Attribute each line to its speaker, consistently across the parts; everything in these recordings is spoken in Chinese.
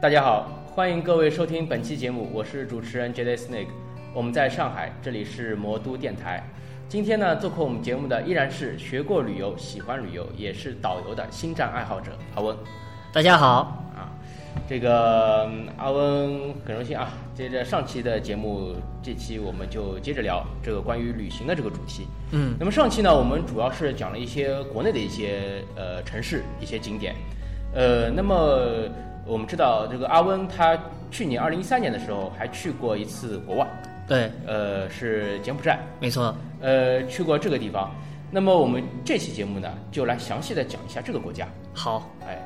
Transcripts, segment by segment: Speaker 1: 大家好，欢迎各位收听本期节目，我是主持人 J.D. Snake，我们在上海，这里是魔都电台。今天呢，做客我们节目的依然是学过旅游、喜欢旅游，也是导游的星战爱好者阿温。
Speaker 2: 大家好，
Speaker 1: 啊，这个嗯阿温很荣幸啊，接着上期的节目，这期我们就接着聊这个关于旅行的这个主题。
Speaker 2: 嗯，
Speaker 1: 那么上期呢，我们主要是讲了一些国内的一些呃城市、一些景点，呃，那么我们知道这个阿温他去年二零一三年的时候还去过一次国外，
Speaker 2: 对，
Speaker 1: 呃，是柬埔寨，
Speaker 2: 没错，
Speaker 1: 呃，去过这个地方。那么我们这期节目呢，就来详细的讲一下这个国家。
Speaker 2: 好，
Speaker 1: 哎，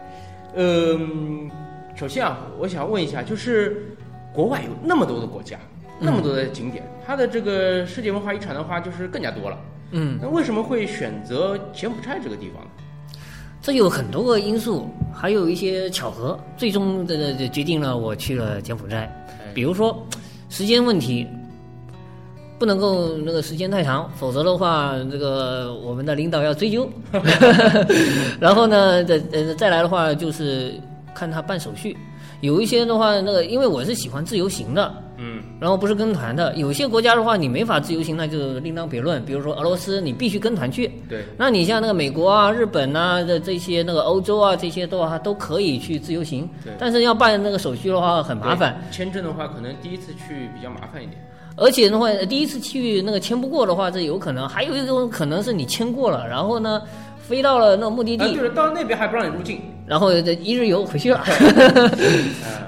Speaker 1: 嗯，首先啊，我想问一下，就是国外有那么多的国家，
Speaker 2: 嗯
Speaker 1: 那么多的景点，它的这个世界文化遗产的话，就是更加多了。
Speaker 2: 嗯，
Speaker 1: 那为什么会选择柬埔寨这个地方呢？
Speaker 2: 这有很多个因素，还有一些巧合，最终的的决定了我去了柬埔寨。比如说，时间问题，不能够那个时间太长，否则的话，这个我们的领导要追究。 然后呢，再呃再来的话就是看他办手续，有一些的话，那个因为我是喜欢自由行的，
Speaker 1: 嗯，
Speaker 2: 然后不是跟团的，有些国家的话你没法自由行，那就另当别论。比如说俄罗斯，你必须跟团去。
Speaker 1: 对，
Speaker 2: 那你像那个美国啊、日本呐、这这些那个欧洲啊这些的话，都可以去自由行
Speaker 1: 对，
Speaker 2: 但是要办那个手续的话很麻烦。
Speaker 1: 对。签证的话，可能第一次去比较麻烦一点。
Speaker 2: 而且的话，第一次去那个签不过的话，这有可能；还有一种可能是你签过了，然后呢飞到了那个目的
Speaker 1: 啊，
Speaker 2: 地，
Speaker 1: 就是到那边还不让你入境。
Speaker 2: 然后这一日游回去了。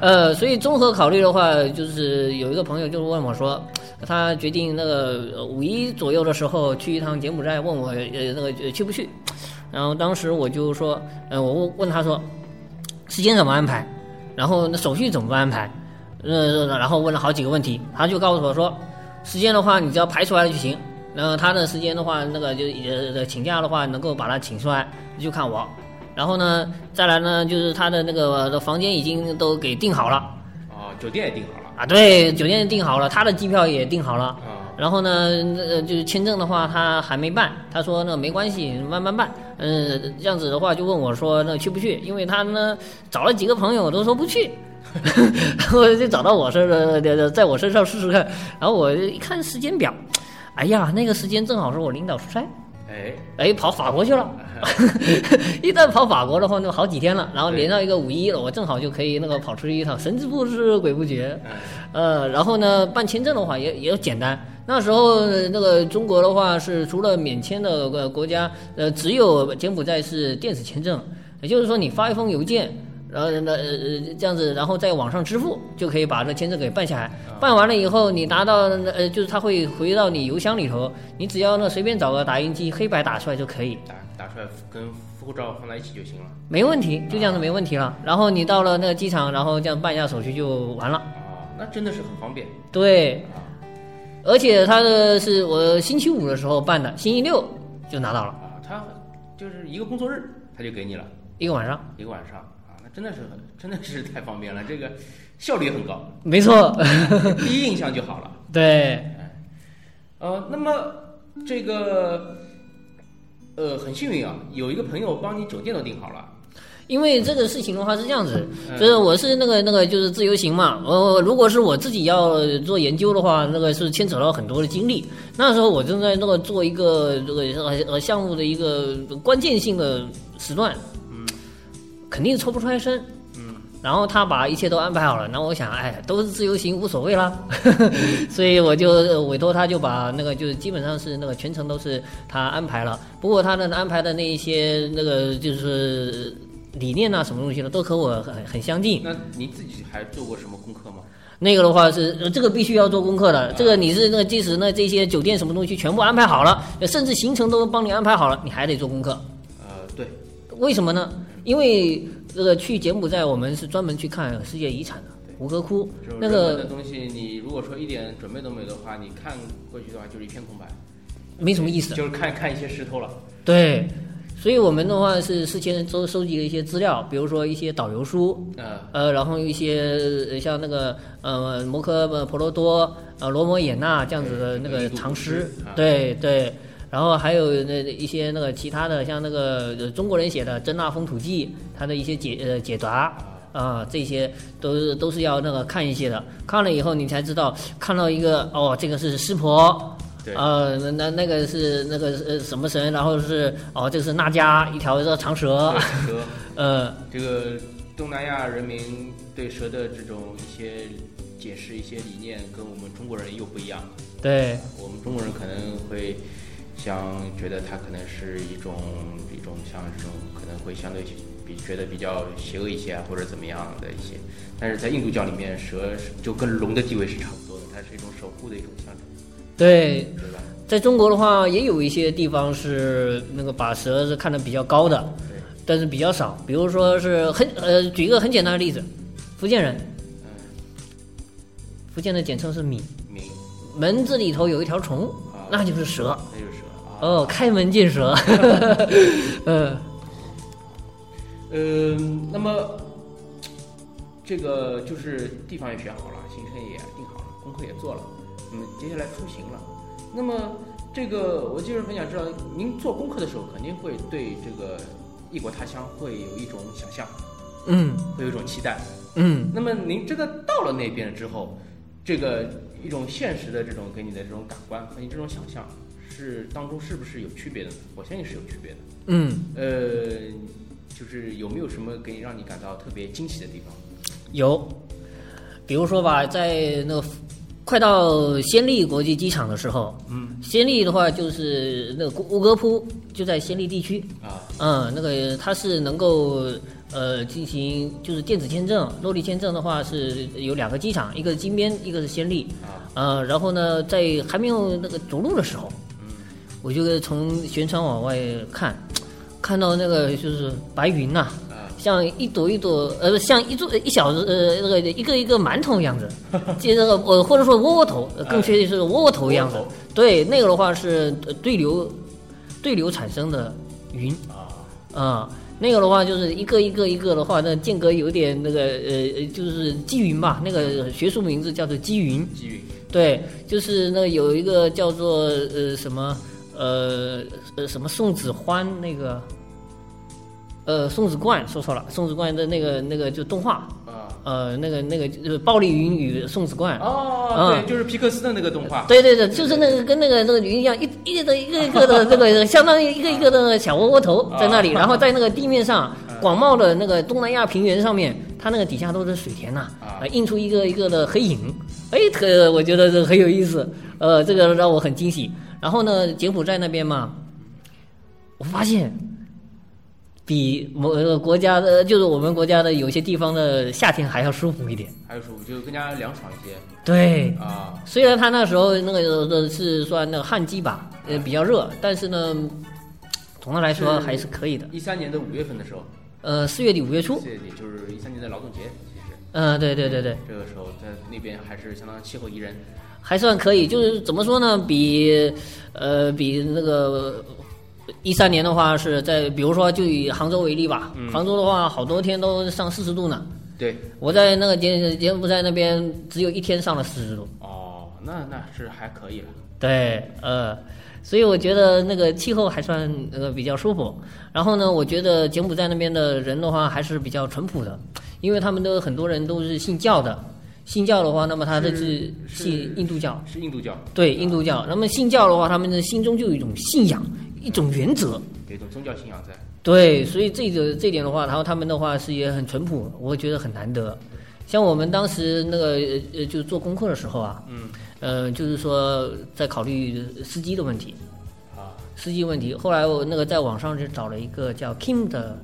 Speaker 2: 呃，所以综合考虑的话，就是有一个朋友就问我说，他决定那个呃五一左右的时候去一趟柬埔寨，问我呃那个呃去不去？然后当时我就说，呃，我问问他说，时间怎么安排？然后那手续怎么安排？呃，然后问了好几个问题，他就告诉我说，时间的话你只要排出来就行。然后他的时间的话，那个就呃请假的话能够把他请出来，就看我。然后呢，再来呢，就是他的那个的房间已经都给订好了
Speaker 1: 啊，酒店也订好了。
Speaker 2: 啊，对，酒店订好了，他的机票也订好了。
Speaker 1: 啊，
Speaker 2: 然后呢，那个就是签证的话，他还没办，他说那没关系，慢慢办。嗯，这样子的话就问我说那去不去？因为他呢找了几个朋友都说不去， 然后就找到我说呃在我身上试试看。然后我一看时间表，哎呀，那个时间正好是我领导出差，
Speaker 1: 哎，
Speaker 2: 哎，跑法国去了。 一旦跑法国的话，那好几天了，然后连到一个五一了，我正好就可以那个跑出去一趟，神之不知鬼不觉。
Speaker 1: 嗯
Speaker 2: 呃，然后呢，办签证的话也也简单。那时候呃那个中国的话是除了免签的呃国家，呃，只有柬埔寨是电子签证，也就是说你发一封邮件。然后呢，呃呃，这样子，然后在网上支付就可以把这签证给办下来。办完了以后，你拿到呃，就是他会回到你邮箱里头，你只要呢随便找个打印机，黑白打出来就可以。
Speaker 1: 打打出来跟护照放在一起就行了。
Speaker 2: 没问题，就这样子没问题了。然后你到了那个机场，然后这样办一下手续就完了。
Speaker 1: 啊，那真的是很方便。
Speaker 2: 对，
Speaker 1: 啊
Speaker 2: 而且他的是我星期五的时候办的，星期六就拿到了，
Speaker 1: 啊，他就是一个工作日，他就给你了
Speaker 2: 一个晚上。
Speaker 1: 一个晚上啊，那真的是很真的是太方便了，这个效率很高，
Speaker 2: 没错，
Speaker 1: 第一印象就好了。
Speaker 2: 对，
Speaker 1: 呃，那么这个呃很幸运啊，有一个朋友帮你酒店都订好了。
Speaker 2: 因为这个事情的话是这样子，
Speaker 1: 嗯
Speaker 2: 就是我是那个那个就是自由行嘛，呃，如果是我自己要做研究的话，那个是牵扯到很多的精力。那时候我正在那个做一个这个呃呃项目的一个关键性的时段，肯定抽不出来身。然后他把一切都安排好了，那我想，哎，都是自由行，无所谓啦， 所以我就呃委托他，就把那个就是基本上是那个全程都是他安排了。不过他的安排的那一些那个就是理念啊呐、什么东西的，都和我很很相近。
Speaker 1: 那你自己还做过什么功课吗？
Speaker 2: 那个的话是呃这个必须要做功课的，这个你是那个即使那这些酒店什么东西全部安排好了，甚至行程都帮你安排好了，你还得做功课。
Speaker 1: 呃，对，
Speaker 2: 为什么呢？因为呃这个去柬埔寨，我们是专门去看世界遗产的。吴哥窟
Speaker 1: 这种
Speaker 2: 那
Speaker 1: 人文
Speaker 2: 个
Speaker 1: 的东西，你如果果说一点准备都没有的话，你看过去的话就是一片空白，
Speaker 2: 没什么意思。
Speaker 1: 就是看看一些石头了。
Speaker 2: 对，所以我们的话是事先收收集了一些资料，比如说一些导游书，
Speaker 1: 嗯
Speaker 2: 呃，然后一些呃像那个呃摩诃呃婆罗多、呃罗摩衍那这样子的那个长诗，对对。然后还有那一些那个其他的，像那个呃中国人写的《真腊风土记》，它的一些解呃解答
Speaker 1: 啊，
Speaker 2: 啊、这些都是都是要那个看一些的。看了以后，你才知道看到一个哦，这个是湿婆，
Speaker 1: 对
Speaker 2: 呃，那那那个是那个是呃什么神，然后是哦，这个是那迦一条这个长蛇，
Speaker 1: 对 蛇，
Speaker 2: 呃，
Speaker 1: 这个东南亚人民对蛇的这种一些解释、一些理念，跟我们中国人又不一样。
Speaker 2: 对
Speaker 1: 我们中国人可能会像觉得它可能是一种一种像这种可能会相对比觉得比较邪恶一些啊，或者怎么样的一些，但是在印度教里面，蛇是就跟龙的地位是差不多的，它是一种守护的一种象征，
Speaker 2: 对，
Speaker 1: 对吧？
Speaker 2: 在中国的话，也有一些地方是那个把蛇是看得比较高的，
Speaker 1: 对，
Speaker 2: 但是比较少。比如说是很呃，举一个很简单的例子，福建人，
Speaker 1: 嗯，
Speaker 2: 福建的简称是闽，
Speaker 1: 明
Speaker 2: 门字里头有一条虫，
Speaker 1: 啊，
Speaker 2: 那就是蛇。
Speaker 1: 那就是蛇啊。
Speaker 2: 哦，开门 见蛇。嗯、
Speaker 1: 嗯，那么这个就是地方也选好了，行程也定好了，功课也做了，嗯，接下来出行了。那么这个我就是很想知道，您做功课的时候肯定会对这个异国他乡会有一种想象，
Speaker 2: 嗯
Speaker 1: 会有一种期待。
Speaker 2: 嗯，
Speaker 1: 那么您真的到了那边之后，这个一种现实的这种给你的这种感官和你这种想象是当中是不是有区别的呢？我相信是有区别的。
Speaker 2: 嗯，
Speaker 1: 呃，就是有没有什么给你让你感到特别惊喜的地方？
Speaker 2: 有，比如说吧，在那个快到暹粒国际机场的时候，
Speaker 1: 嗯
Speaker 2: 暹粒的话就是那个乌格坡就在暹粒地区。
Speaker 1: 啊，
Speaker 2: 嗯，那个它是能够呃进行就是电子签证，落地签证的话是有两个机场，一个是金边，一个是暹粒。
Speaker 1: 啊，
Speaker 2: 呃，然后呢，在还没有那个着陆的时候，我就从舷窗往外看，看到那个就是白云呐、
Speaker 1: 啊，
Speaker 2: 像一朵一朵，呃，像一座一小呃那个一个一个馒头样子， 接着呃或者说窝窝头，呃更确切是窝窝头样子
Speaker 1: 窝窝头。
Speaker 2: 对，那个的话是呃对流对流产生的云。
Speaker 1: 啊，
Speaker 2: 啊、那个的话就是一个一个一个的话，那间隔有点那个呃，呃就是积云吧，那个学术名字叫做积云。
Speaker 1: 机遇
Speaker 2: 对，就是那个有一个叫做呃什么呃呃什么宋子欢那个。呃，宋子冠说错了，宋子冠的那个那个就动画，
Speaker 1: 啊，
Speaker 2: 呃，那个那个就是《暴力云与宋子冠》
Speaker 1: 哦，
Speaker 2: 嗯
Speaker 1: 对，就是皮克斯的那个动画，
Speaker 2: 对对对，就是那个跟那个那个云一样，一一个一个一个的那个，相当于一个一个的小窝窝头在那里，然后在那个地面上，广袤的那个东南亚平原上面，它那个底下都是水田呐、
Speaker 1: 啊
Speaker 2: 呃映出一个一个的黑影，哎，可我觉得这很有意思，呃，这个让我很惊喜。然后呢，柬埔寨那边嘛，我发现。比某个国家的，就是我们国家的有些地方的夏天还要舒服一点。
Speaker 1: 还有说就更加凉爽一些
Speaker 2: 对，
Speaker 1: 啊，
Speaker 2: 虽然他那时候那个呃是算那个旱季吧，呃比较热，但是呢，总的来说
Speaker 1: 是
Speaker 2: 还是可以的。
Speaker 1: 一三年的五月份的时候，
Speaker 2: 呃，四月底五月初，
Speaker 1: 这也就是一三年的劳动节，其实
Speaker 2: 呃，对对对对，
Speaker 1: 这个时候在那边还是相当气候宜人，
Speaker 2: 还算可以。就是怎么说呢，比呃比那个呃一三年的话是在，比如说就以杭州为例吧，杭州的话好多天都上四十度呢。
Speaker 1: 对，
Speaker 2: 我在那个柬柬埔寨那边只有一天上了四十度。
Speaker 1: 哦，那那是还可以了，
Speaker 2: 对，呃，所以我觉得那个气候还算呃比较舒服。然后呢，我觉得柬埔寨那边的人的话还是比较淳朴的，因为他们的很多人都是信教的。信教的话，那么他这是
Speaker 1: 是
Speaker 2: 信印度教，
Speaker 1: 是印度教
Speaker 2: 对印度教。那么信教的话，他们的心中就有一种信仰，一种原则。
Speaker 1: 有一种宗教信仰在，
Speaker 2: 对，所以这个这点的话，然后他们的话是也很淳朴，我觉得很难得。像我们当时那个呃呃，就是做功课的时候啊，
Speaker 1: 嗯，
Speaker 2: 呃，就是说在考虑司机的问题，
Speaker 1: 啊，
Speaker 2: 司机问题。后来我那个在网上就找了一个叫 Kim 的，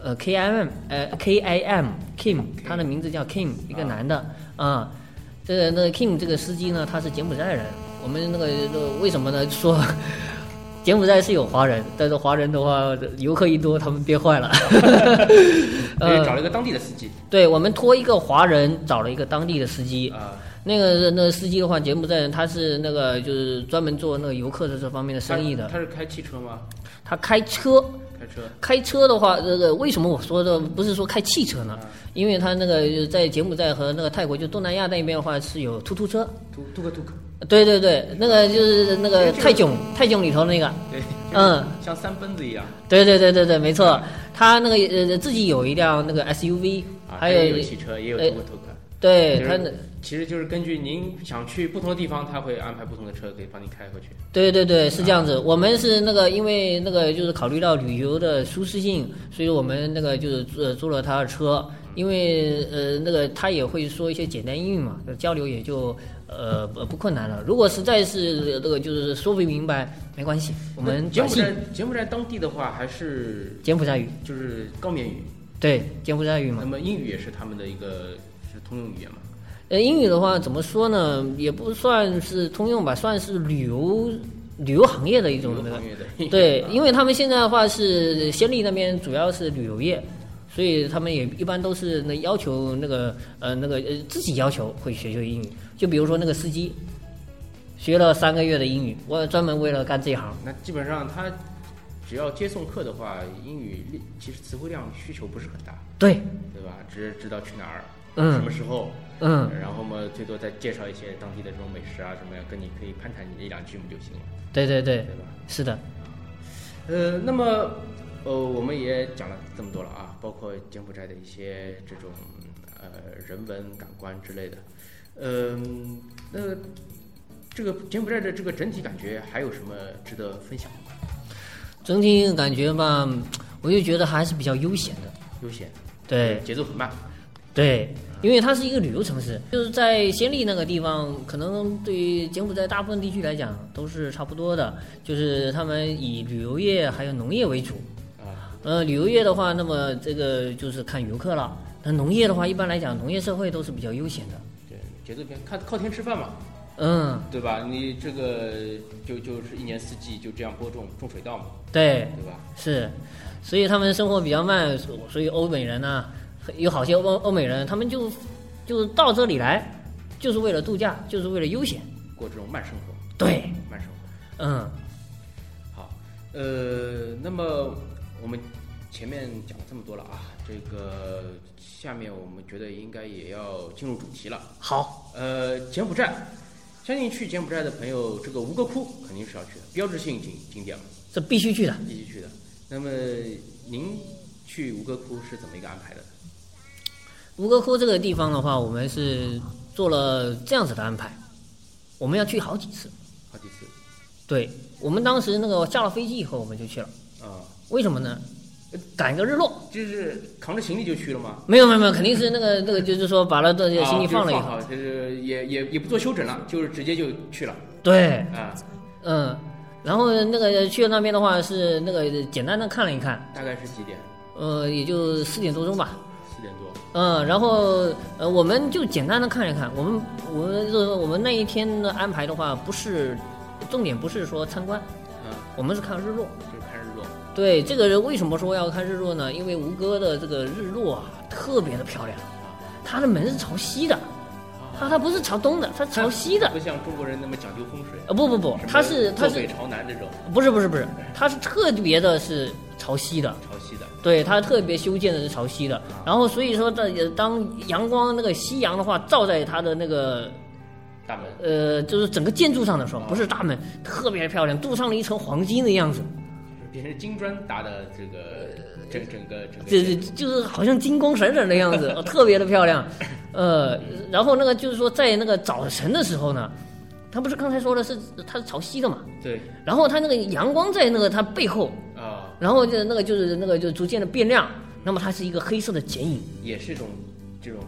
Speaker 2: 呃 K I M 呃 K I M Kim，他的名字叫 Kim，一个男的啊、这个那个 Kim 这个司机呢，他是柬埔寨人。我们那个那个为什么呢？说柬埔寨是有华人，但是华人的话，游客一多，他们憋坏 了。呃
Speaker 1: 哎所以找了一个当地的司机
Speaker 2: 对我们托一个华人，找了一个当地的司机。
Speaker 1: 啊，
Speaker 2: 那个那个司机的话，柬埔寨人他是那个就是专门做那个游客的这方面的生意的，
Speaker 1: 他是开汽车吗？
Speaker 2: 他开车。
Speaker 1: 开车
Speaker 2: 开车的话，这个为什么我说的不是说开汽车呢？
Speaker 1: 嗯
Speaker 2: 因为他那个在柬埔寨和那个泰国，就东南亚那边的话是有突突车，
Speaker 1: 突突个突个，
Speaker 2: 对对对，那个就是那
Speaker 1: 嗯
Speaker 2: 个泰囧，泰囧里头那个，
Speaker 1: 对，
Speaker 2: 嗯，
Speaker 1: 像三蹦子一啊样。
Speaker 2: 对对对对对，没错，他那个呃自己有一辆那个 SUV，
Speaker 1: 啊，
Speaker 2: 还
Speaker 1: 有
Speaker 2: 有
Speaker 1: 汽车，也有
Speaker 2: 哎
Speaker 1: 突个突个。
Speaker 2: 对
Speaker 1: 就是
Speaker 2: 他那
Speaker 1: 其实就是根据您想去不同的地方，他会安排不同的车给帮你开回去。
Speaker 2: 对对对，是这样子。我们是那个，因为那个就是考虑到旅游的舒适性，所以我们那个就是呃租了他的车，因为呃那个他也会说一些简单英语嘛，交流也就呃不不困难了。如果实在是呃那个就是说不明白，没关系，我们
Speaker 1: 柬
Speaker 2: 短
Speaker 1: 埔
Speaker 2: 信
Speaker 1: 寨柬埔寨当地的话，还是
Speaker 2: 柬埔寨语，
Speaker 1: 就是高棉语，
Speaker 2: 对柬埔寨语嘛
Speaker 1: 那。么英语也是他们的一个是通用语言嘛。
Speaker 2: 呃，英语的话怎么说呢？也不算是通用吧，算是旅游旅游行业的一种
Speaker 1: 旅
Speaker 2: 那
Speaker 1: 游
Speaker 2: 个
Speaker 1: 行业 的英语
Speaker 2: 对，
Speaker 1: 啊
Speaker 2: 因为他们现在的话是暹粒那边主要是旅游业，所以他们也一般都是那要求那个呃那个呃自己要求会学学英语。就比如说那个司机，学了三个月的英语，我专门为了干这一行。
Speaker 1: 那基本上他只要接送客的话，英语力其实词汇量需求不是很大，
Speaker 2: 对，
Speaker 1: 对吧？只是知道去哪儿，
Speaker 2: 嗯
Speaker 1: 什么时候，
Speaker 2: 嗯，
Speaker 1: 然后嘛，最多再介绍一些当地的这种美食啊什么呀，跟你可以攀谈一两句不就行了，
Speaker 2: 对对对
Speaker 1: 对，吧？
Speaker 2: 是的，
Speaker 1: 呃，那么呃，我们也讲了这么多了啊，包括柬埔寨的一些这种呃人文感官之类的，嗯、那这个柬埔寨的这个整体感觉还有什么值得分享的吗？
Speaker 2: 整体感觉吧，我就觉得还是比较悠闲的。
Speaker 1: 悠闲，
Speaker 2: 对，
Speaker 1: 节奏很慢，
Speaker 2: 对，因为它是一个旅游城市，就是在暹粒那个地方，可能对于柬埔寨大部分地区来讲都是差不多的，就是他们以旅游业还有农业为主。
Speaker 1: 啊，
Speaker 2: 呃，旅游业的话，那么这个就是看游客了。那农业的话，一般来讲，农业社会都是比较悠闲的。
Speaker 1: 对，节奏偏看靠天吃饭嘛，
Speaker 2: 嗯，
Speaker 1: 对吧？你这个就就是一年四季就这样播种种水稻嘛，
Speaker 2: 对，
Speaker 1: 对吧？
Speaker 2: 是，所以他们生活比较慢，所所以欧美人呢、有好些欧欧美人，他们就就到这里来，就是为了度假，就是为了悠闲。
Speaker 1: 过这种慢生活，
Speaker 2: 对，
Speaker 1: 慢生活。
Speaker 2: 嗯。
Speaker 1: 好，呃，那么我们前面讲了这么多了啊，这个下面我们觉得应该也要进入主题了。
Speaker 2: 好，
Speaker 1: 呃，柬埔寨，相信去柬埔寨的朋友，这个吴哥窟肯定是要去的，标志性景景点嘛，
Speaker 2: 这必须去的。
Speaker 1: 必须去的。那么您去吴哥窟是怎么一个安排的？
Speaker 2: 吴哥窟这个地方的话，我们是做了这样子的安排，我们要去好几次。
Speaker 1: 好几次
Speaker 2: 对我们当时那个下了飞机以后，我们就去了。
Speaker 1: 啊、
Speaker 2: 为什么呢？赶个日落。
Speaker 1: 就是扛着行李就去了吗？
Speaker 2: 没有没有没有，肯定是那个那个，就是说把那这些行
Speaker 1: 啊
Speaker 2: 李
Speaker 1: 就是
Speaker 2: 放了以后，
Speaker 1: 好，就是也也也不做休整了，就是直接就去了
Speaker 2: 对，
Speaker 1: 啊、
Speaker 2: 嗯，然后那个去了那边的话是那个简单的看了一看，
Speaker 1: 大概是几点？
Speaker 2: 呃，也就四点多钟吧。
Speaker 1: 四点多。
Speaker 2: 嗯，然后呃，我们就简单的看一看，我们我们就是我们那一天的安排的话，不是重点，不是说参观，
Speaker 1: 嗯，
Speaker 2: 我们是看日落。
Speaker 1: 就是看日落。
Speaker 2: 对，这个人为什么说要看日落呢？因为吴哥的这个日落啊，特别的漂亮，啊它的门是朝西的，它它不是朝东的，它朝西的。
Speaker 1: 啊不像中国人那么讲究风水，
Speaker 2: 呃，不不不
Speaker 1: 什，么
Speaker 2: 它是它
Speaker 1: 坐北
Speaker 2: 是
Speaker 1: 朝南这种
Speaker 2: 不是不是不是，它是特别的是朝西的。
Speaker 1: 朝西的。
Speaker 2: 对，它特别修建的是朝西
Speaker 1: 啊
Speaker 2: 的，然后所以说它也当阳光那个夕阳的话照在它的那个
Speaker 1: 大门
Speaker 2: 呃，就是整个建筑上的时候，不是大门，特别漂亮，镀上了一层黄金的样子，
Speaker 1: 变成金砖搭的这个
Speaker 2: 呃
Speaker 1: 整整个整个
Speaker 2: 这
Speaker 1: 建
Speaker 2: 这
Speaker 1: 筑，
Speaker 2: 就是好像金光闪闪的样子，哦特别的漂亮。呃，然后那个就是说，在那个早晨的时候呢，它不是刚才说的是它是朝西的嘛，
Speaker 1: 对
Speaker 2: 然后它那个阳光在那个它背后，
Speaker 1: 啊，
Speaker 2: 然后就那个就是那个就逐渐的变亮，那么它是一个黑色的剪影。
Speaker 1: 也是一种这种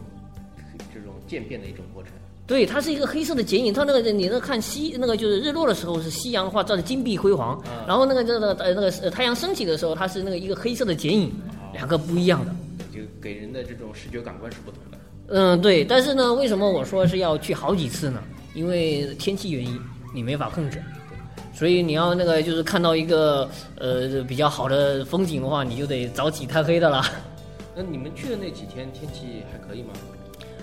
Speaker 1: 这种渐变的一种过程。
Speaker 2: 对，它是一个黑色的剪影。它那个你那看西那个就是日落的时候是夕阳的话照的金碧辉煌，
Speaker 1: 嗯
Speaker 2: 然后那个这个呃那个呃太阳升起的时候，它是那个一个黑色的剪影，两个不一样的。
Speaker 1: 就给人的这种视觉感官是不同的。
Speaker 2: 嗯，对。但是呢，为什么我说是要去好几次呢？因为天气原因，你没法控制。所以你要那个就是看到一个呃比较好的风景的话，你就得早起贪黑的了。
Speaker 1: 那你们去的那几天天气还可以吗？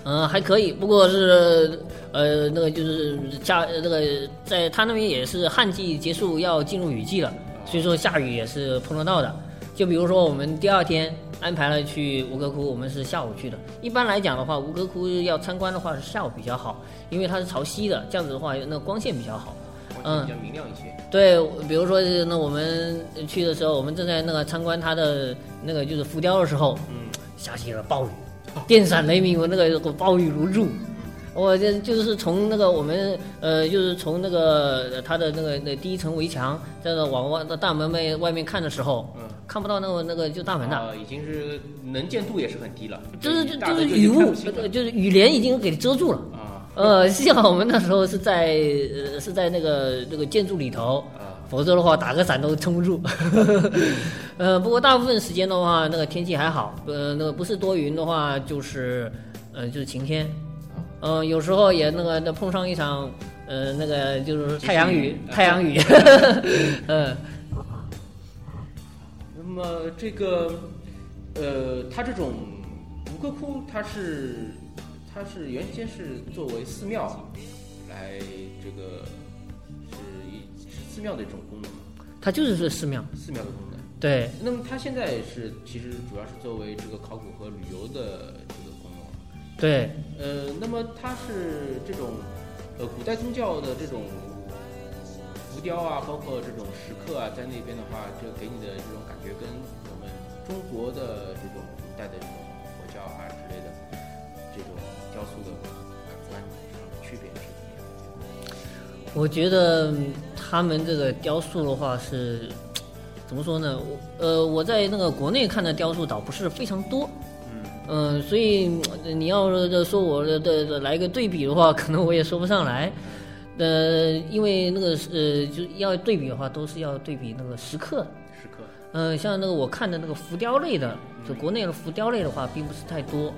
Speaker 2: 嗯、还可以，不过是呃那个就是下那个在他那边也是旱季结束要进入雨季了，
Speaker 1: 啊
Speaker 2: 所以说下雨也是碰得到的。就比如说我们第二天安排了去吴哥窟，我们是下午去的。一般来讲的话，吴哥窟要参观的话是下午比较好，因为它是朝西的，这样子的话那个光线比较好。嗯
Speaker 1: 比较明亮一些。
Speaker 2: 对，比如说那我们去的时候，我们正在那个参观它的那个就是浮雕的时候，
Speaker 1: 嗯，
Speaker 2: 下起了暴雨，电闪雷鸣，我那个暴雨如注。我这就是从那个我们呃，就是从那个呃它的那个那第一层围墙，这个往外大门外外面看的时候，
Speaker 1: 嗯，
Speaker 2: 看不到那个那个就大门的，
Speaker 1: 啊，已经是能见度也是很低了，
Speaker 2: 就是
Speaker 1: 就
Speaker 2: 就
Speaker 1: 大
Speaker 2: 就
Speaker 1: 的
Speaker 2: 是
Speaker 1: 就已
Speaker 2: 雨
Speaker 1: 经看
Speaker 2: 雾
Speaker 1: 不，清了
Speaker 2: 呃就是雨帘已经给遮住了。
Speaker 1: 啊
Speaker 2: 呃， 幸好我们那时候是在呃是在那个那个建筑里头，
Speaker 1: 啊，
Speaker 2: 否则的话打个伞都撑不住。 呃，不过大部分时间的话，那个天气还好，呃，那个不是多云的话，就是呃就是晴天。嗯、有时候也那个那碰上一场呃那个就是太阳雨，
Speaker 1: 集
Speaker 2: 太
Speaker 1: 体
Speaker 2: 阳雨
Speaker 1: 雨，
Speaker 2: 嗯、
Speaker 1: 那么这个呃，它这种吴哥窟，它是它是原先是作为寺庙来这个是一是寺庙的一种功能，
Speaker 2: 它就是是寺庙，
Speaker 1: 寺庙的功能。
Speaker 2: 对，
Speaker 1: 那么它现在是其实主要是作为这个考古和旅游的这个功能。
Speaker 2: 对，
Speaker 1: 呃，那么它是这种呃古代宗教的这种浮雕啊，包括这种石刻啊，在那边的话，就给你的这种感觉跟我们中国的这种古代的这种佛教啊之类的这种雕塑的感官上的区别是怎么样的？
Speaker 2: 我觉得嗯他们这个雕塑的话是怎么说呢？我呃，我在那个国内看的雕塑倒不是非常多，
Speaker 1: 嗯，
Speaker 2: 嗯，所以嗯你要是说我的的的来一个对比的话， 可能我也说不上来。呃，因为那个是呃，就要对比的话，都是要对比那个石刻。
Speaker 1: 石刻，
Speaker 2: 嗯、像那个我看的那个浮雕类的，就国内的浮雕类的话，并不是太多。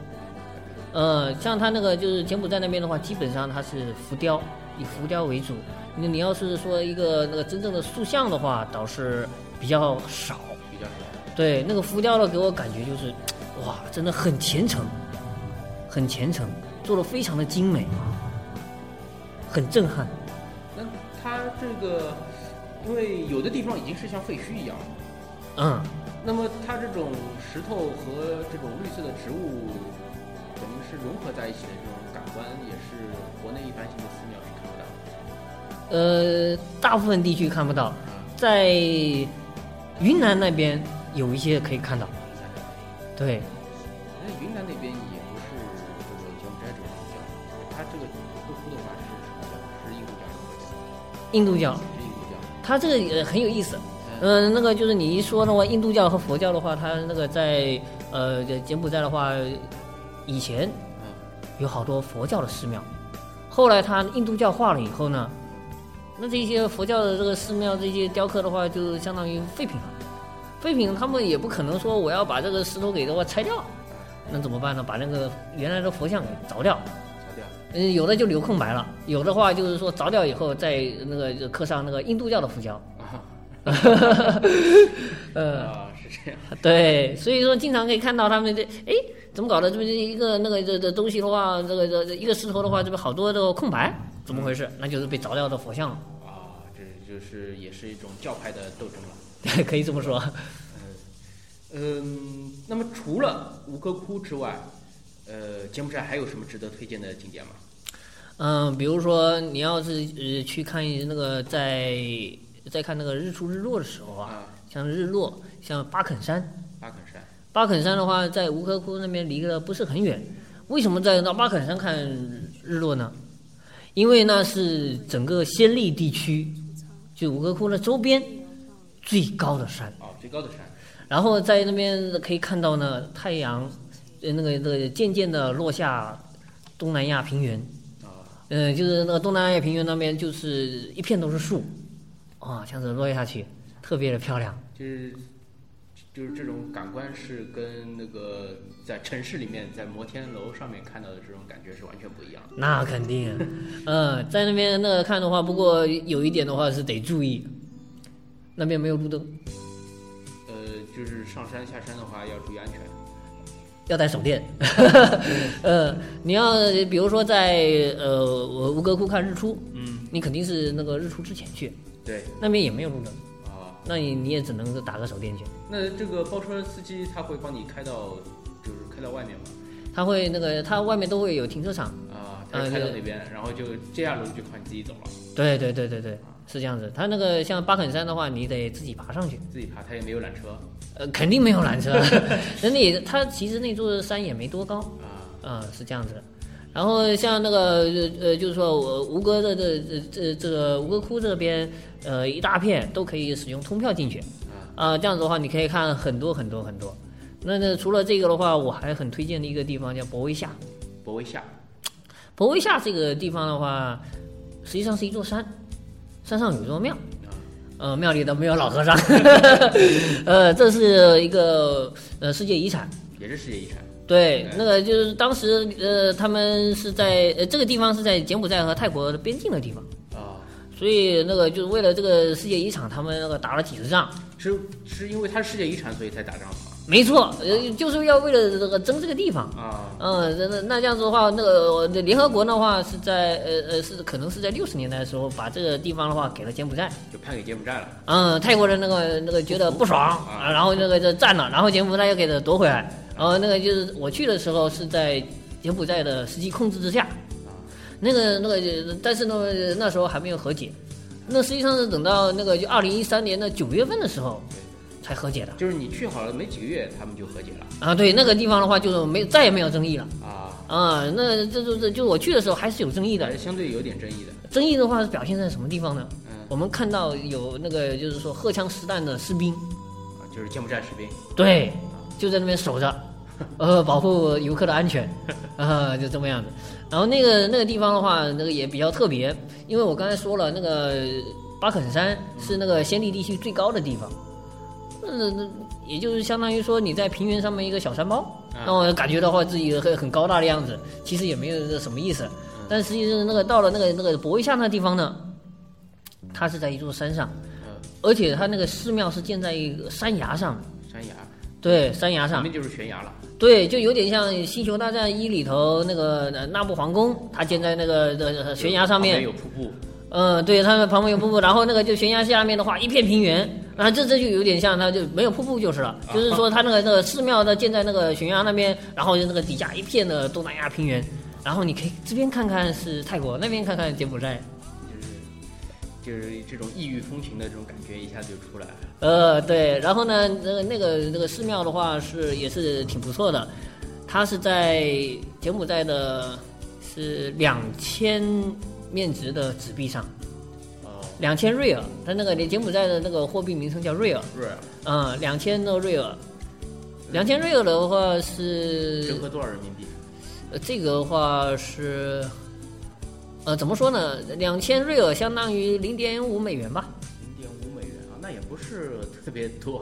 Speaker 2: 呃，像他那个就是柬埔寨那边的话，基本上它是浮雕，以浮雕为主。你你要是说一个那个真正的塑像的话，倒是比较少。
Speaker 1: 比较少。
Speaker 2: 对，那个浮雕的给我感觉就是，哇，真的很虔诚，很虔诚，做的非常的精美，很震撼。
Speaker 1: 那它这个，因为有的地方已经是像废墟一样了，
Speaker 2: 嗯，
Speaker 1: 那么它这种石头和这种绿色的植物，等于是融合在一起的这种感官，也是国内一般性的寺庙是看不到的。
Speaker 2: 呃，大部分地区看不到，
Speaker 1: 啊，
Speaker 2: 在云南那边有一些可以看到。对，
Speaker 1: 那云南那边也不是这个柬埔寨这种宗教，它这个特殊的话是什么教？是印度教还是什么
Speaker 2: 印度教
Speaker 1: 教？是印度教。
Speaker 2: 它这个也很有意思。
Speaker 1: 嗯，
Speaker 2: 嗯、那个就是你一说的话，印度教和佛教的话，它那个在呃柬埔寨的话，以前
Speaker 1: 嗯
Speaker 2: 有好多佛教的寺庙，后来它印度教化了以后呢，那这些佛教的这个寺庙这些雕刻的话，就相当于废品了。废品他们也不可能说我要把这个石头给的话拆掉，那怎么办呢？把那个原来的佛像给凿掉，
Speaker 1: 擦掉。
Speaker 2: 嗯，有的就留空白了，有的话就是说凿掉以后再那个就刻上那个印度教的佛教。
Speaker 1: 啊，
Speaker 2: 呃，
Speaker 1: 啊，是这样。
Speaker 2: 对，所以说经常可以看到他们这，哎，怎么搞的？这么一个那个这这东西的话，这个这这一个石头的话，这边好多的空白，怎么回事？那就是被凿掉的佛像了，
Speaker 1: 啊，这就是也是一种教派的斗争了。
Speaker 2: 对，可以这么说。
Speaker 1: 嗯，那么除了吴哥窟之外，呃，柬埔寨还有什么值得推荐的景点吗？
Speaker 2: 嗯，比如说你要是呃去看一那个在在看那个日出日落的时候啊，
Speaker 1: 啊，
Speaker 2: 像日落，像巴肯山，
Speaker 1: 巴肯山。
Speaker 2: 巴肯山的话，在吴哥窟那边离得不是很远。为什么在到巴肯山看日落呢？因为那是整个暹粒地区，就吴哥窟的周边最高的山。
Speaker 1: 哦，最高的山。
Speaker 2: 然后在那边可以看到呢，太阳，呃，那个那个渐渐的落下东南亚平原，
Speaker 1: 啊，
Speaker 2: 呃，就是那个东南亚平原那边就是一片都是树，哇，这样子落下去，特别的漂亮。
Speaker 1: 就是就是这种感官是跟那个在城市里面在摩天楼上面看到的这种感觉是完全不一样的。
Speaker 2: 那肯 定，嗯，在那边那个看的话，不过有一点的话是得注意，那边没有路灯。
Speaker 1: 呃，就是上山下山的话要注意安全。
Speaker 2: 要带手电。 呃，你要比如说在呃我吴哥窟看日出，
Speaker 1: 嗯，
Speaker 2: 你肯定是那个日出之前去，
Speaker 1: 对，
Speaker 2: 那边也没有路灯，
Speaker 1: 啊，
Speaker 2: 那你你也只能是打个手电去。
Speaker 1: 那这个包车司机他会帮你开到，就是开到外面吗？
Speaker 2: 他会那个，他外面都会有停车场。
Speaker 1: 啊，
Speaker 2: 啊
Speaker 1: 他就开到
Speaker 2: 对
Speaker 1: 那边，然后就这条路就靠你自己走了，
Speaker 2: 对对对对对，是这样子。他那个像巴肯山的话，你得自己爬上去，
Speaker 1: 自己爬，他也没有缆车
Speaker 2: 呃，肯定没有缆车。 那里它其实那座山也没多高，
Speaker 1: 啊，
Speaker 2: 啊、是这样子的。然后像那个呃呃，就是说我吴哥的这这这这个吴哥窟这边，呃，一大片都可以使用通票进去，啊、这样子的话你可以看很多很多很多。那那除了这个的话，我还很推荐的一个地方叫博威夏。
Speaker 1: 博威下
Speaker 2: 博威夏这个地方的话，实际上是一座山，山上有一座庙，
Speaker 1: 啊，
Speaker 2: 呃，庙里的没有老和尚， 呃，这是一个呃世界遗产。
Speaker 1: 也是世界遗产
Speaker 2: 对
Speaker 1: 对，
Speaker 2: 那个就是当时呃，他们是在呃这个地方是在柬埔寨和泰国的边境的地方，
Speaker 1: 啊，
Speaker 2: 所以那个就是为了这个世界遗产，他们那个打了几十仗。
Speaker 1: 是是因为它是世界遗产所以才打仗的吗？
Speaker 2: 没错，呃，就是要为了这个争这个地方。
Speaker 1: 啊，
Speaker 2: 嗯，那那那这样子的话，那个那联合国的话是在呃呃是可能是在六十年代的时候把这个地方的话给了柬埔寨，
Speaker 1: 就判给柬埔寨了
Speaker 2: 嗯，泰国人那个那个觉得不爽，
Speaker 1: 啊
Speaker 2: 啊然后那个就占了，然后柬埔寨又给他夺回来，然后那个就是我去的时候是在柬埔寨的实际控制之下，
Speaker 1: 啊，
Speaker 2: 那个那个，但是呢，那时候还没有和解，那实际上是等到那个就二零一三年的九月份的时候才和解的
Speaker 1: 就是你去好了没几个月，他们就和解了
Speaker 2: 啊。对，那个地方的话就是没再也没有争议了
Speaker 1: 啊，
Speaker 2: 啊。那这就这就我去的时候还是有争议
Speaker 1: 还
Speaker 2: 的
Speaker 1: 是，相对有点争议的，
Speaker 2: 争议的话是表现在什么地方呢？
Speaker 1: 嗯，
Speaker 2: 我们看到有那个就是说荷枪实弹的士兵，
Speaker 1: 啊，就是柬埔寨士兵
Speaker 2: 对，就在那边守着，呃，保护游客的安全，啊、就这么样子。然后那个那个地方的话，那个也比较特别，因为我刚才说了，那个巴肯山是那个暹粒地区最高的地方，那那也就是相当于说你在平原上面一个小山包，
Speaker 1: 啊
Speaker 2: 让我感觉到话自己很很高大的样子，其实也没有什么意思。但实际上那个到了那个那个博威夏那地方呢，它是在一座山上，
Speaker 1: 嗯
Speaker 2: 而且它那个寺庙是建在一个山崖上的。
Speaker 1: 山崖
Speaker 2: 对，山崖
Speaker 1: 旁
Speaker 2: 上，
Speaker 1: 边就是悬崖了
Speaker 2: 对，就有点像《星球大战一》里头那个呃纳布皇宫，它建在那个呃悬崖上
Speaker 1: 旁边
Speaker 2: 面，
Speaker 1: 有瀑布
Speaker 2: 嗯，对，它们旁边有 瀑布，然后那个就悬崖下面的话一片平原，然后这这就有点像它就没有瀑布就是了，
Speaker 1: 啊
Speaker 2: 就是说它那个那个寺庙呢建在那个悬崖那边，然后那个底下一片的东南亚平原，然后你可以这边看看是泰国，那边看看柬埔寨，
Speaker 1: 就是就是这种异域风情的这种感觉一下子就出来了。
Speaker 2: 呃，对，然后呢，那个那个那个寺庙的话是也是挺不错的，它是在柬埔寨的是两千面值的纸币上，
Speaker 1: 哦，
Speaker 2: 两千瑞尔，它那个连柬埔寨的那个货币名称叫瑞尔，
Speaker 1: 瑞尔
Speaker 2: 嗯，两千的瑞尔，两千瑞尔的话是
Speaker 1: 折合多少人民币？
Speaker 2: 呃这个的话是，呃，怎么说呢？两千瑞尔相当于零点五美元吧。
Speaker 1: 零点五美元啊，那也不是特别多，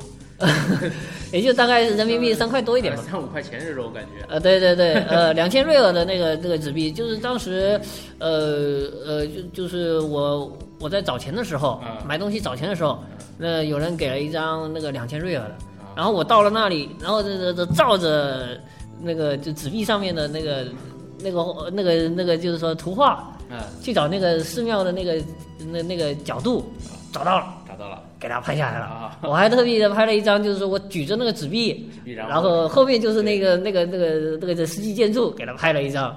Speaker 2: 也就大概人民币三块多一点吧
Speaker 1: 呃，三五块钱这种感觉。
Speaker 2: 呃，对对对，呃，两千瑞尔的那个那个纸币，就是当时，呃呃，就就是我我在找钱的时候，
Speaker 1: 嗯
Speaker 2: 买东西找钱的时候，那有人给了一张那个两千瑞尔的，
Speaker 1: 啊
Speaker 2: 然后我到了那里，然后这这这照着那个就纸币上面的那个那个那个那个就是说图画
Speaker 1: 嗯，
Speaker 2: 去找那个寺庙的那个那那个角度，找到了，
Speaker 1: 找到了
Speaker 2: 给它拍下来了。
Speaker 1: 啊，
Speaker 2: 我还特地的拍了一张，就是说我举着那个纸币，
Speaker 1: 纸币
Speaker 2: 然后后面就是那个那个那个那个实际建筑，给他拍了一张，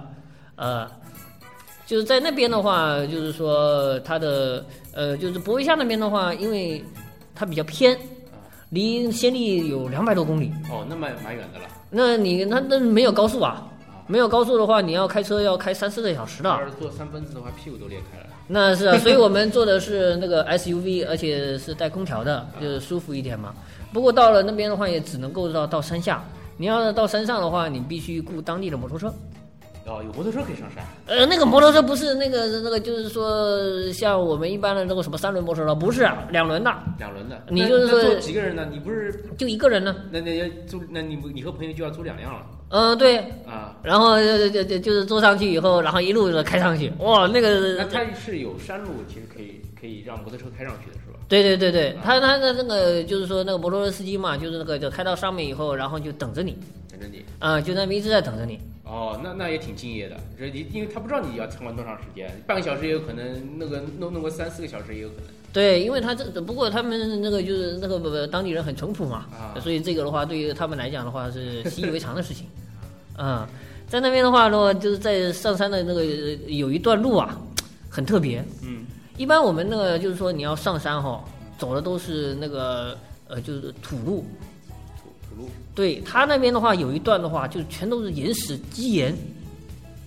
Speaker 2: 呃，就是在那边的话，就是说它的呃，就是博威夏那边的话，因为它比较偏，离暹粒有两百多公里，
Speaker 1: 哦，那蛮蛮远的了，
Speaker 2: 那你那那没有高速啊，没有高速的话，你要开车要开三四个小时的，
Speaker 1: 要是坐三分子的话，屁股都裂开了。
Speaker 2: 那是啊，所以我们坐的是那个 SUV，而且是带空调的，就是舒服一点嘛。不过到了那边的话，也只能够到到山下。你要是到山上的话，你必须雇当地的摩托车。
Speaker 1: 哦，有摩托车可以上山
Speaker 2: 呃，那个摩托车不是那个那个，就是说像我们一般的那个什么三轮摩托车，不是啊两轮的，
Speaker 1: 两轮的，
Speaker 2: 你
Speaker 1: 那
Speaker 2: 就是
Speaker 1: 那
Speaker 2: 说
Speaker 1: 坐几个人呢？你不是
Speaker 2: 就一个人呢。
Speaker 1: 那那要租，那你不你和朋友就要租两辆了
Speaker 2: 嗯、对。
Speaker 1: 啊？
Speaker 2: 然后就就就就是坐上去以后，然后一路的开上去，哇，那个
Speaker 1: 那它是有山路，其实可以可以让摩托车开上去的是吧？
Speaker 2: 对对对对，他他的那个就是说那个摩托车司机嘛，就是那个就开到上面以后，然后就等着你，
Speaker 1: 等着你。
Speaker 2: 啊、就那边一直在等着你。
Speaker 1: 哦，那那也挺敬业的，这你因为他不知道你要参观多长时间，半个小时也有可能，弄个弄弄个三四个小时也有可能。
Speaker 2: 对，因为他这不过他们那个就是那个不不当地人很淳朴嘛，
Speaker 1: 啊
Speaker 2: 所以这个的话对于他们来讲的话是习以为常的事情。啊、在那边的话呢，就是在上山的那个呃有一段路啊，很特别。
Speaker 1: 嗯，
Speaker 2: 一般我们那个就是说你要上山哈、走的都是那个呃就是土路。
Speaker 1: 土土路
Speaker 2: 对他那边的话，有一段的话就全都是岩石基岩，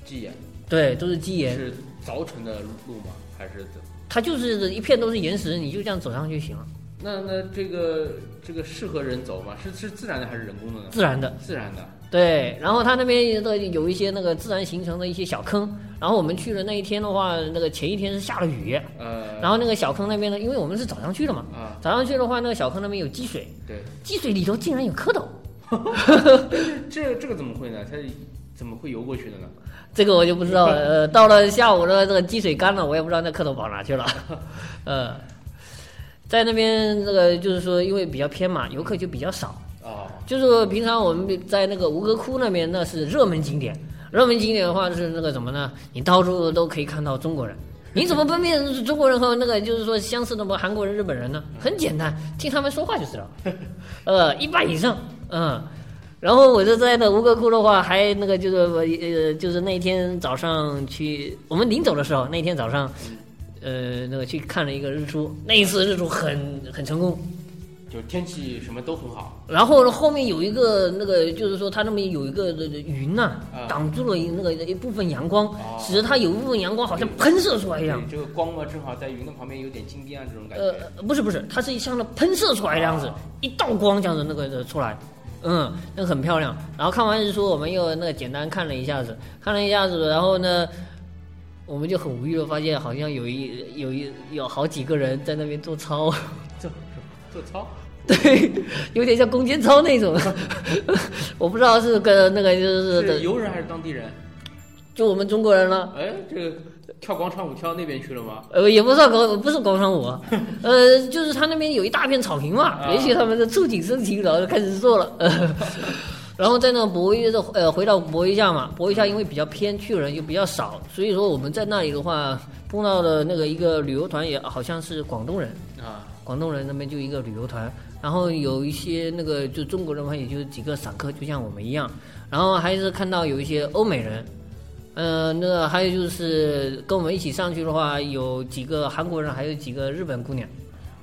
Speaker 1: 纪岩
Speaker 2: 对，都是基岩，
Speaker 1: 是凿成的路吗？还是怎么？
Speaker 2: 它就是一片都是岩石，你就这样走上去行了，
Speaker 1: 那那这个这个适合人走吗？是是自然的还是人工的呢？
Speaker 2: 自然的。
Speaker 1: 自然的。
Speaker 2: 对，然后它那边的有一些那个自然形成的一些小坑，然后我们去了那一天的话，那个前一天是下了雨，
Speaker 1: 呃，
Speaker 2: 然后那个小坑那边呢，因为我们是早上去的嘛，
Speaker 1: 啊，
Speaker 2: 早上去的话，那个小坑那边有积水，
Speaker 1: 对，
Speaker 2: 积水里头竟然有蝌蚪，
Speaker 1: 这这个怎么会呢？它怎么会游过去的呢？
Speaker 2: 这个我就不知道了。呃，到了下午的这个积水干了，我也不知道那蝌蚪跑哪去了。 呃，在那边那个就是说，因为比较偏嘛，游客就比较少，
Speaker 1: 哦，
Speaker 2: 就是说平常我们在那个吴哥窟那边，那是热门景点。热门景点的话是那个什么呢？你到处都可以看到中国人。你怎么分辨是中国人和那个就是说相似的么韩国人、日本人呢？很简单，听他们说话就知道。 呃，一半以上，嗯。然后我就在那吴哥窟的话，还那个就是呃，就是那天早上去，我们临走的时候，那天早上，呃，那个去看了一个日出，那一次日出很很成功。
Speaker 1: 就是天气什么都很好。
Speaker 2: 然后呢，后面有一个那个，就是说它那边有一个呃云呐、
Speaker 1: 啊
Speaker 2: 挡住了那个一部分阳光，
Speaker 1: 哦
Speaker 2: 使得它有一部分阳光好像喷射出来一样
Speaker 1: 对。这个光啊嘛，正好在云的旁边有点金边啊，这种感觉。
Speaker 2: 呃，不是不是，它是像那喷射出来的样子
Speaker 1: 啊，
Speaker 2: 一道光这样子那个呃出来，嗯，那个很漂亮。然后看完日出，我们又那个简单看了一下子，看了一下子，然后呢，我们就很无语的发现，好像有一有一有好几个人在那边做操。
Speaker 1: 做做操，
Speaker 2: 对，有点像弓箭操 那种，我不知道是跟那个就是
Speaker 1: 是游人还是当地人？
Speaker 2: 就我们中国人了，
Speaker 1: 哎，这个跳广场舞跳到那边去了吗？
Speaker 2: 呃，也不知道广不是广场舞啊，呃，就是他那边有一大片草坪嘛，
Speaker 1: 啊
Speaker 2: 也许他们就触景生情，然后就开始做了，呃、然后在那博一的呃回到博一下嘛，博一下因为比较偏，去的人又比较少，所以说我们在那里的话碰到的那个一个旅游团也好像是广东人，
Speaker 1: 啊，
Speaker 2: 广东人那边就一个旅游团，然后有一些那个就中国人的话，也就几个散客，就像我们一样，然后还是看到有一些欧美人，呃，那个还有就是跟我们一起上去的话，有几个韩国人，还有几个日本姑娘，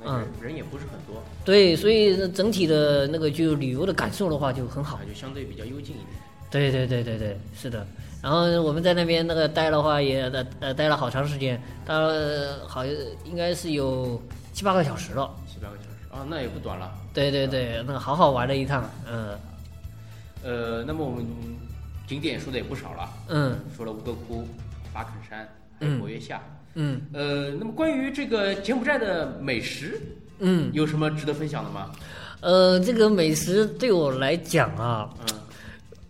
Speaker 1: 那
Speaker 2: 嗯
Speaker 1: 人、人也不是很多，
Speaker 2: 对，所以整体的那个就旅游的感受的话就很好
Speaker 1: 啊。，就相对比较幽静一点。
Speaker 2: 对对对对对，是的。然后我们在那边那个待的话也呃呃待了好长时间，待了好像应该是有七八个小时了。
Speaker 1: 七八个小时啊，那也不短了。
Speaker 2: 对对对，那个好好玩的一趟，嗯
Speaker 1: 呃，那么我们景点说的也不少了，
Speaker 2: 嗯
Speaker 1: 说了吴哥窟、巴肯山、还有
Speaker 2: 嗯
Speaker 1: 博月下。
Speaker 2: 嗯
Speaker 1: 呃，那么关于这个柬埔寨的美食，
Speaker 2: 嗯，
Speaker 1: 有什么值得分享的吗？
Speaker 2: 呃，这个美食对我来讲啊，
Speaker 1: 嗯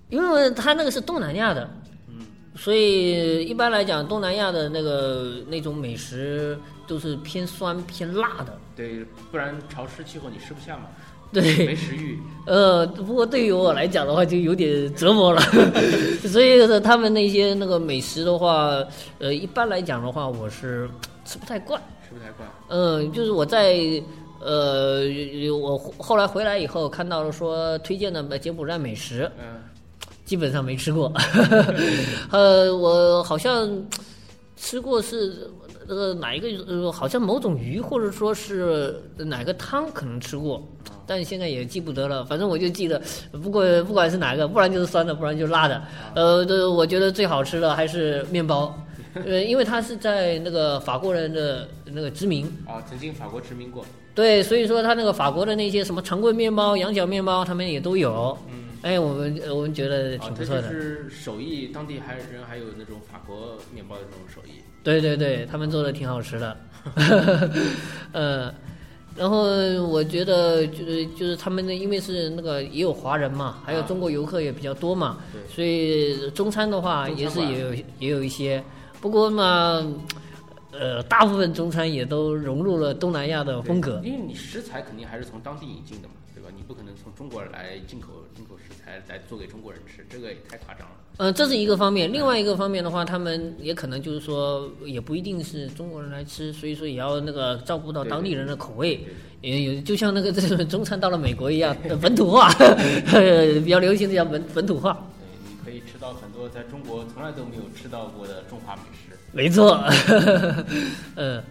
Speaker 2: 因为它那个是东南亚的，
Speaker 1: 嗯，
Speaker 2: 所以一般来讲，东南亚的那个那种美食都是偏酸偏辣的。
Speaker 1: 对，不然潮湿气候你吃不下嘛，没
Speaker 2: 对，
Speaker 1: 食欲。
Speaker 2: 呃，不过对于我来讲的话，就有点折磨了。 所以说他们那些那个美食的话，呃，一般来讲的话，我是吃不太惯。
Speaker 1: 吃不太惯。
Speaker 2: 嗯，就是我在呃，我后来回来以后看到了说推荐的呃柬埔寨美食，
Speaker 1: 嗯，
Speaker 2: 基本上没吃过。呃，我好像吃过是那个哪一个，呃，好像某种鱼或者说是哪个汤可能吃过。但现在也记不得了，反正我就记得，不过不管是哪个，不然就是酸的，不然就是辣的。呃，这我觉得最好吃的还是面包，呃，因为它是在那个法国人的那个殖民，
Speaker 1: 啊，曾经法国殖民过。
Speaker 2: 对，所以说他那个法国的那些什么长棍面包、羊角面包，他们也都有。
Speaker 1: 嗯，
Speaker 2: 哎，我们呃我们觉得
Speaker 1: 啊
Speaker 2: 挺，不
Speaker 1: 这
Speaker 2: 错
Speaker 1: 就
Speaker 2: 的。
Speaker 1: 是手艺，当地还人还有那种法国面包的那种手艺。
Speaker 2: 对对对，他们做的挺好吃 的。呃，然后我觉得就是就是他们的，因为是那个也有华人嘛，还有
Speaker 1: 啊
Speaker 2: 中国游客也比较多嘛，
Speaker 1: 对
Speaker 2: 所以中餐的话
Speaker 1: 中餐
Speaker 2: 也是
Speaker 1: 馆
Speaker 2: 也有也有一些。不过嘛，呃，呃，大部分中餐也都融入了东南亚的呃风格。
Speaker 1: 因为你食材肯定还是从当地引进的嘛，对吧？你不可能从中国来进口进口食材来做给中国人吃，这个也太夸张了。
Speaker 2: 呃，这是一个方面，另外一个方面的话，他们也可能就是说，也不一定是中国人来吃，所以说也要那个照顾到当地人的口味，也有就像那个这种中餐到了美国一样，本土化， 呃比较流行的叫本本土化。
Speaker 1: 对，你可以吃到很多在中国从来都没有吃到过的中华美食。
Speaker 2: 没错，嗯，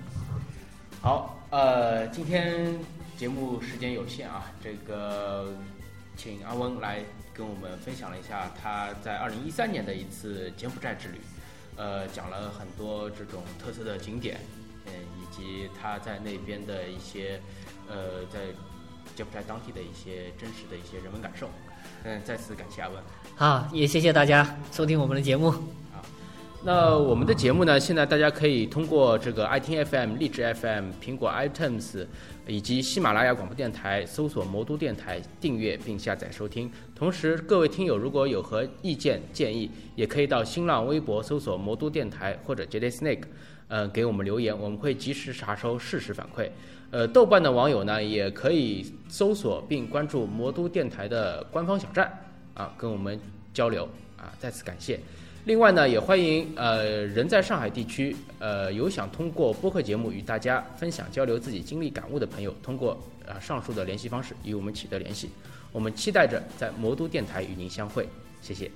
Speaker 1: 好，呃，今天节目时间有限啊，这个请阿温来跟我们分享了一下他在二零一三年的一次柬埔寨之旅，呃，讲了很多这种特色的景点，嗯，以及他在那边的一些，呃，在柬埔寨当地的一些真实的一些人文感受。嗯，再次感谢阿温。
Speaker 2: 好，啊也谢谢大家收听我们的节目。
Speaker 1: 那我们的节目呢，现在大家可以通过这个 iTunes FM、荔枝 FM、苹果 iTunes 以及喜马拉雅广播电台搜索“魔都电台”订阅并下载收听。同时，各位听友如果有何意见建议，也可以到新浪微博搜索“魔都电台”或者 “JD Snake”，呃，给我们留言，我们会及时查收适时反馈。呃，豆瓣的网友呢，也可以搜索并关注“魔都电台”的官方小站啊，跟我们交流啊。再次感谢。另外呢，也欢迎呃人在上海地区，呃有想通过播客节目与大家分享交流自己经历感悟的朋友，通过呃上述的联系方式与我们取得联系。我们期待着在魔都电台与您相会，谢谢。